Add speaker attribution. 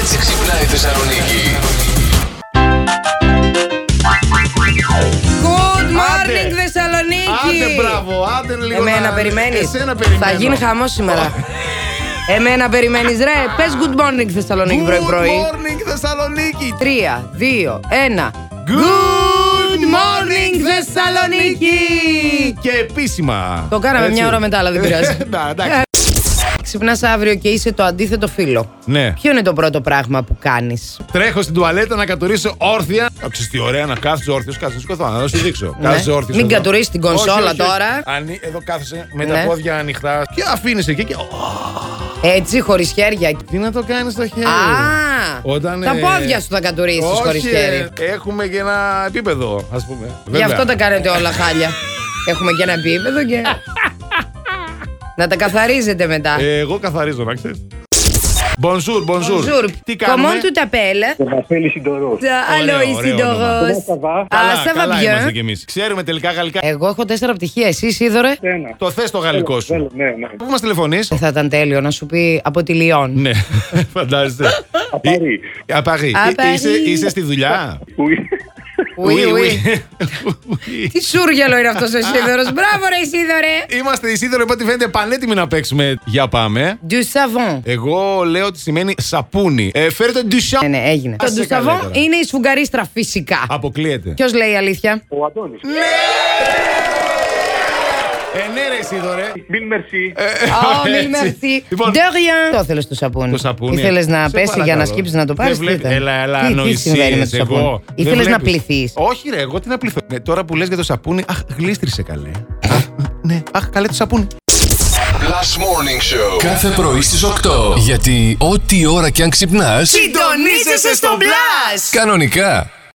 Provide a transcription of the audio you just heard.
Speaker 1: έτσι ξυπνάει η Θεσσαλονίκη.
Speaker 2: Good
Speaker 3: Άντε.
Speaker 2: morning, Θεσσαλονίκη!
Speaker 3: Άντε, μπράβο, άντε λίγο.
Speaker 2: Εμένα
Speaker 3: να-
Speaker 2: περιμένεις.
Speaker 3: Εσένα περιμένω.
Speaker 2: Θα γίνει χαμός σήμερα. Εμένα περιμένεις, ρε. Πες good morning, Θεσσαλονίκη,
Speaker 3: Good
Speaker 2: πρωί-πρωί.
Speaker 3: morning, Θεσσαλονίκη.
Speaker 2: Τρία, δύο, ένα.
Speaker 3: Good
Speaker 2: morning, Θεσσαλονίκη.
Speaker 3: Και επίσημα.
Speaker 2: Το κάναμε μια ώρα Ε. μετά, αλλά δεν πειράζει.
Speaker 3: Ε, Να, εντάξει.
Speaker 2: Ξυπνάς αύριο και είσαι το αντίθετο φίλο.
Speaker 3: Ναι.
Speaker 2: Ποιο είναι το πρώτο πράγμα που κάνεις.
Speaker 3: Τρέχω στην τουαλέτα να κατουρίσω όρθια. Αξίζει τι ωραία να κάθεσαι όρθιος, κάθεσαι σκοθά. Να σου δείξω.
Speaker 2: Ναι.
Speaker 3: Κάθεσαι όρθιος.
Speaker 2: Μην κατουρίσεις την κονσόλα τώρα.
Speaker 3: Ανοί, εδώ κάθεσαι με
Speaker 2: Ναι.
Speaker 3: τα πόδια ανοιχτά. Και αφήνεις εκεί και.
Speaker 2: Έτσι, χωρίς χέρια.
Speaker 3: Τι να το κάνεις στο
Speaker 2: Α,
Speaker 3: χέρι. Ε. Όταν,
Speaker 2: τα
Speaker 3: ε,
Speaker 2: πόδια σου θα κατουρίσεις
Speaker 3: Όχι, ε,
Speaker 2: χωρί χέρι.
Speaker 3: Έχουμε και ένα επίπεδο, ας πούμε.
Speaker 2: Γι'
Speaker 3: Βέβαια.
Speaker 2: αυτό τα κάνετε όλα χάλια. Έχουμε και ένα επίπεδο και. να τα καθαρίζετε μετά.
Speaker 3: Ε, εγώ καθαρίζω, να ξέρεις. Bonjour, bonjour.
Speaker 2: Bonjour.
Speaker 3: Τι κάνουμε.
Speaker 2: Comment tout appelle
Speaker 4: Ο Βαφέλη Συντορό.
Speaker 2: Allô,
Speaker 3: ωραίο
Speaker 2: ici
Speaker 3: όνομα.
Speaker 2: Doros.
Speaker 4: Comment ça va?
Speaker 2: Ah,
Speaker 3: Καλά,
Speaker 2: ça va
Speaker 3: καλά είμαστε κι
Speaker 2: bien.
Speaker 3: εμείς. Ξέρουμε τελικά γαλλικά.
Speaker 2: Εγώ έχω τέσσερα πτυχία. Εσύ, Σίδωρε.
Speaker 4: Ένα.
Speaker 3: Το θες το γαλλικό σου.
Speaker 4: Θέλω, ναι, ναι.
Speaker 3: Πού μας τηλεφωνείς.
Speaker 2: Θα ήταν τέλειο να σου πει από τη Λιόν.
Speaker 3: Ναι, φαντάζεσαι.
Speaker 4: Απαρή.
Speaker 3: Ε, Απαρή.
Speaker 2: Α,
Speaker 3: Ε,
Speaker 2: Παρί.
Speaker 3: Είσαι, είσαι στη δουλειά.
Speaker 4: Ου,
Speaker 2: Ουι,
Speaker 3: Oui,
Speaker 2: ουι.
Speaker 3: oui. Oui.
Speaker 2: Τι σούργελο είναι αυτός ο Σίδωρο. Μπράβο, ρε Σίδωρε.
Speaker 3: Είμαστε οι Σίδωρο, οπότε φαίνεται πανέτοιμοι να παίξουμε. Για πάμε.
Speaker 2: Du
Speaker 3: Ε.
Speaker 2: savon.
Speaker 3: Εγώ λέω ότι σημαίνει σαπούνι. Ε, φέρτε ντουσιά.
Speaker 2: Ναι, ναι, έγινε. Το
Speaker 3: Άσε
Speaker 2: du
Speaker 3: καλύτερα.
Speaker 2: savon είναι η σφουγγαρίστρα φυσικά.
Speaker 3: Αποκλείεται.
Speaker 2: Ποιος λέει η αλήθεια.
Speaker 4: Ο Αντώνης.
Speaker 3: Ε, ναι, ρε Σίδωρε.
Speaker 4: Μην μερσί.
Speaker 2: Oh,
Speaker 3: Έτσι.
Speaker 2: mille merci.
Speaker 3: Λοιπόν,
Speaker 2: De rien. Το ήθελε το σαπούνι.
Speaker 3: Το σαπούνι. ε,
Speaker 2: Ήθελε Λοιπόν, να
Speaker 3: Σε
Speaker 2: πέσει για να
Speaker 3: παρακαλώ.
Speaker 2: σκύψεις να το πάρει.
Speaker 3: Δεν βλέπεις. Έλα, έλα,
Speaker 2: Τι συμβαίνει με το
Speaker 3: ανοησίες,
Speaker 2: σαπούνι.
Speaker 3: εγώ. Δεν
Speaker 2: Ήθελες να
Speaker 3: βλέπεις.
Speaker 2: πληθείς.
Speaker 3: Όχι, ρε, εγώ τι να πληθώ. Ε, τώρα που λες για το σαπούνι, αχ, γλίστρισε καλέ.
Speaker 2: Ε?
Speaker 3: Αχ, ναι, αχ, καλέ το σαπούνι.
Speaker 1: Last Morning Show.
Speaker 5: Κάθε πρωί στις 8. Γιατί ό,τι ώρα κι αν ξυπνάς,
Speaker 2: Συντονίζεσαι στο μπλα!
Speaker 5: κανονικά.